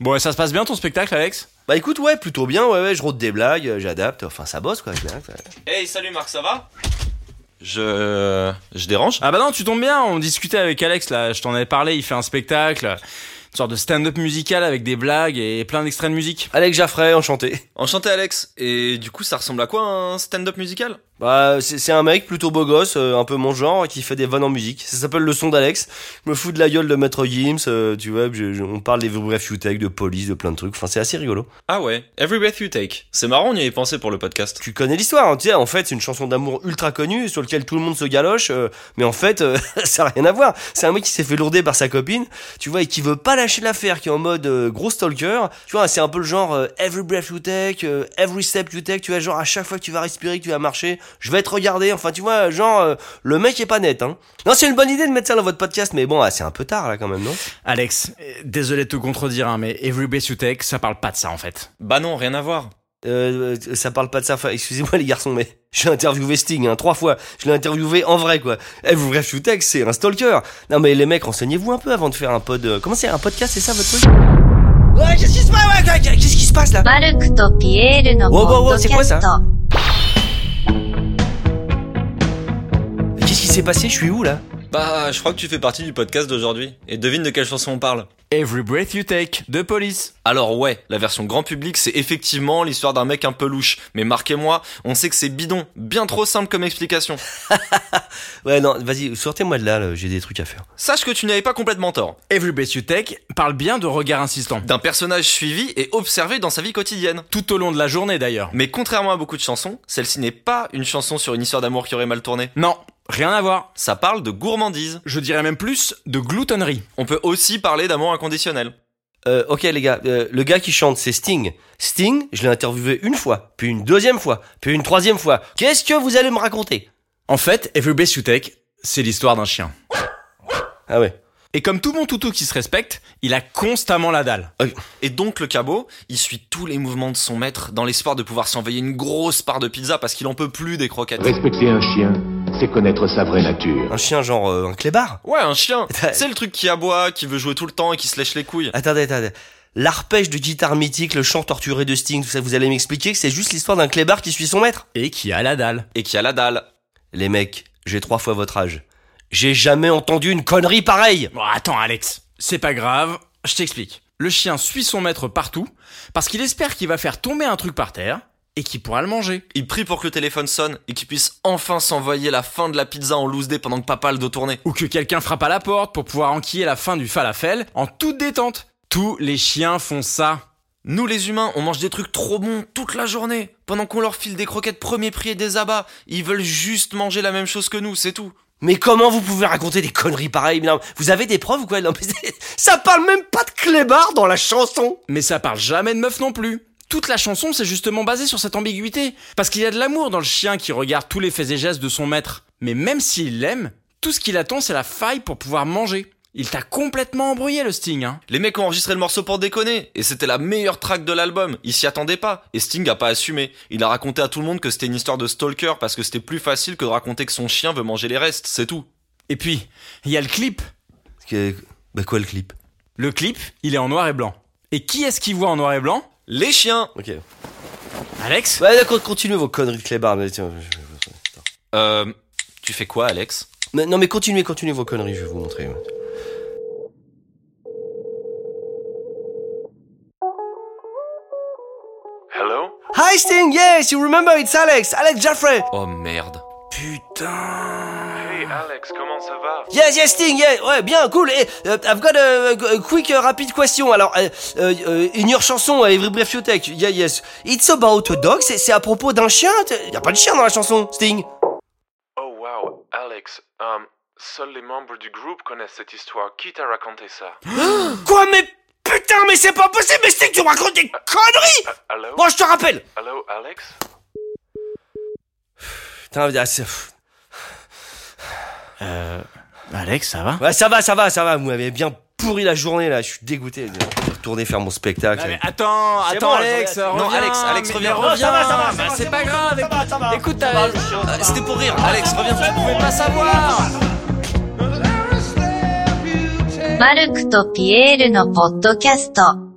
Bon, ça se passe bien ton spectacle, Alex Bah écoute, ouais, plutôt bien, ouais, ouais, je rôde des blagues, euh, j'adapte, enfin ça bosse quoi. clair, ça- Hey, salut Marc, ça va Je. Je dérange Ah bah non, tu tombes bien, on discutait avec Alex là, je t'en avais parlé, il fait un spectacle, une sorte de stand-up musical avec des blagues et plein d'extraits de musique. Alex Jaffray, enchanté. Enchanté Alex. Et du coup, ça ressemble à quoi un stand-up musical Bah c'est c'est un mec plutôt beau gosse, euh, un peu mon genre, qui fait des vannes en musique. Ça s'appelle le son d'Alex. Je me fous de la gueule de Maître Gims, euh, tu vois, je- je- on parle des vrais futech, de police, de plein de trucs, enfin c'est assez rigolo. Ah ouais, Every Breath You Take. C'est marrant, on y avait pensé pour le podcast. Tu connais l'histoire, hein, tu sais, en fait c'est une chanson d'amour ultra connue sur laquelle tout le monde se galoche, euh, mais en fait euh, ça n'a rien à voir. C'est un mec qui s'est fait lourder par sa copine, tu vois, et qui veut pas lâcher l'affaire, qui est en mode euh, gros stalker. Tu vois, c'est un peu le genre euh, every breath you take, euh, every step you take, tu vois, genre à chaque fois que tu vas respirer, que tu vas marcher, je vais être regardé. Enfin, tu vois, genre euh, le mec est pas net, hein. Non, c'est une bonne idée de mettre ça dans votre podcast, mais bon, ah, c'est un peu tard là quand même, non Alex, euh, désolé de te contredire, hein, mais Every Breath You Take, ça parle pas de ça en fait. Bah non, rien à voir. Euh, euh, ça parle pas de ça. Enfin, excusez-moi les garçons, mais j'ai interviewé Sting hein, trois fois. Je l'ai interviewé en vrai, quoi. Eh, vous bref, Shootex, c'est un stalker. Non mais les mecs, renseignez-vous un peu avant de faire un pod. euh, Comment c'est un podcast, c'est ça votre truc Ouais, qu'est-ce qui se passe Ouais, ouais, Qu'est-ce qui se passe là マルクとピエールのポ Wow, wow, wow, ッドキ c'est ャ quoi ス ça ト。 Qu'est-ce qui s'est passé Je suis où là Bah, je crois que tu fais partie du podcast d'aujourd'hui. Et devine de quelle chanson on parle. Every Breath You Take, de Police. Alors ouais, la version grand public, c'est effectivement l'histoire d'un mec un peu louche. Mais marquez-moi, on sait que c'est bidon, bien trop simple comme explication. Ouais, non, vas-y, sortez-moi de là. là, J'ai des trucs à faire. Sache que tu n'avais pas complètement tort. Every Breath You Take parle bien de regard insistant. D'un personnage suivi et observé dans sa vie quotidienne. Tout au long de la journée d'ailleurs. Mais contrairement à beaucoup de chansons, celle-ci n'est pas une chanson sur une histoire d'amour qui aurait mal tourné. Non, rien à voir. Ça parle de gourmandise. Je dirais même plus de gloutonnerie. On peut aussi parler d'amour inconditionnel. Euh, ok les gars, euh, le gars qui chante c'est Sting. Sting, je l'ai interviewé une fois, puis une deuxième fois, puis une troisième fois. Qu'est-ce que vous allez me raconter En fait, Every Breath You Take, c'est l'histoire d'un chien. Ah ouais. Et comme tout bon toutou qui se respecte, il a constamment la dalle. Et donc le cabot, il suit tous les mouvements de son maître dans l'espoir de pouvoir s'envoyer une grosse part de pizza parce qu'il en peut plus des croquettes. Respecter un chien, c'est connaître sa vraie nature. Un chien genre euh, un clébard Ouais, un chien T'as- C'est le truc qui aboie, qui veut jouer tout le temps et qui se lèche les couilles. Attendez, attendez. L'arpège de guitare mythique, le chant torturé de Sting, tout ça, vous allez m'expliquer que c'est juste l'histoire d'un clébard qui suit son maître Et qui a la dalle. Et qui a la dalle. Les mecs, j'ai trois fois votre âge. J'ai jamais entendu une connerie pareille Bon, attends, Alex. C'est pas grave, je t'explique. Le chien suit son maître partout parce qu'il espère qu'il va faire tomber un truc par terre et qu'il pourra le manger. Il prie pour que le téléphone sonne et qu'il puisse enfin s'envoyer la fin de la pizza en loose day pendant que papa le dos tourné. Ou que quelqu'un frappe à la porte pour pouvoir enquiller la fin du falafel en toute détente. Tous les chiens font ça. Nous les humains, on mange des trucs trop bons toute la journée. Pendant qu'on leur file des croquettes premier prix et des abats, ils veulent juste manger la même chose que nous, c'est tout. Mais comment vous pouvez raconter des conneries pareilles là Vous avez des preuves ou quoi Non, mais c'est- Ça parle même pas de clébard dans la chanson Mais ça parle jamais de meuf non plus. Toute la chanson, c'est justement basée sur cette ambiguïté. Parce qu'il y a de l'amour dans le chien qui regarde tous les faits et gestes de son maître. Mais même s'il l'aime, tout ce qu'il attend, c'est la faille pour pouvoir manger. Il t'a complètement embrouillé, le Sting, hein. Les mecs ont enregistré le morceau pour déconner, et c'était la meilleure track de l'album. Ils s'y attendaient pas, et Sting a pas assumé. Il a raconté à tout le monde que c'était une histoire de stalker parce que c'était plus facile que de raconter que son chien veut manger les restes, c'est tout. Et puis, il y a le clip. Que- Bah quoi le clip Le clip, il est en noir et blanc. Et qui est-ce qui voit en noir et blanc Les chiens Ok. Alex Ouais d'accord, continuez vos conneries de clébard. mais tiens, je- Euh. Tu fais quoi, Alex Mais- non mais continuez, continuez vos conneries, je vais vous montrer. ouais. Hello? Hi Sting, yes, you remember, it's Alex, Alex Jaffrey Oh merde. Hey Alex, comment ça va? Yes, yes, Sting, yeah, ouais, bien, cool. Et, euh, I've got a, a quick, uh, rapid question. Alors, euh, euh, euh, in your chanson, uh, Every Breath You Take, yeah, yes. It's about a dog, c'est c'est à propos d'un chien. T- Y a pas de chien dans la chanson, Sting. Oh wow, Alex, euh, seuls les membres du groupe connaissent cette histoire. Qui t'a raconté ça? Quoi, mais putain, mais c'est pas possible, mais Sting, tu me racontes des conneries Ah, Allô? Bon, je te rappelle. Allô, Alex? Putain, ah, c'est- pff. Euh, Alex, ça va ouais, ça va, ça va, ça va. Vous m'avez bien pourri la journée, là. Je suis dégoûté. Je vais retourner faire mon spectacle. Attends, C'est attends bon, Alex, je reviens. reviens, Non, Alex, Alex, mais- reviens, mais reviens. reviens, va, ça bah, va, c'est pas grave. va, ça va. Écoute, t'as- Euh, C'était pour rire, Alex, reviens, tu pouvais pas savoir マルクとピエールのポッドキャスト。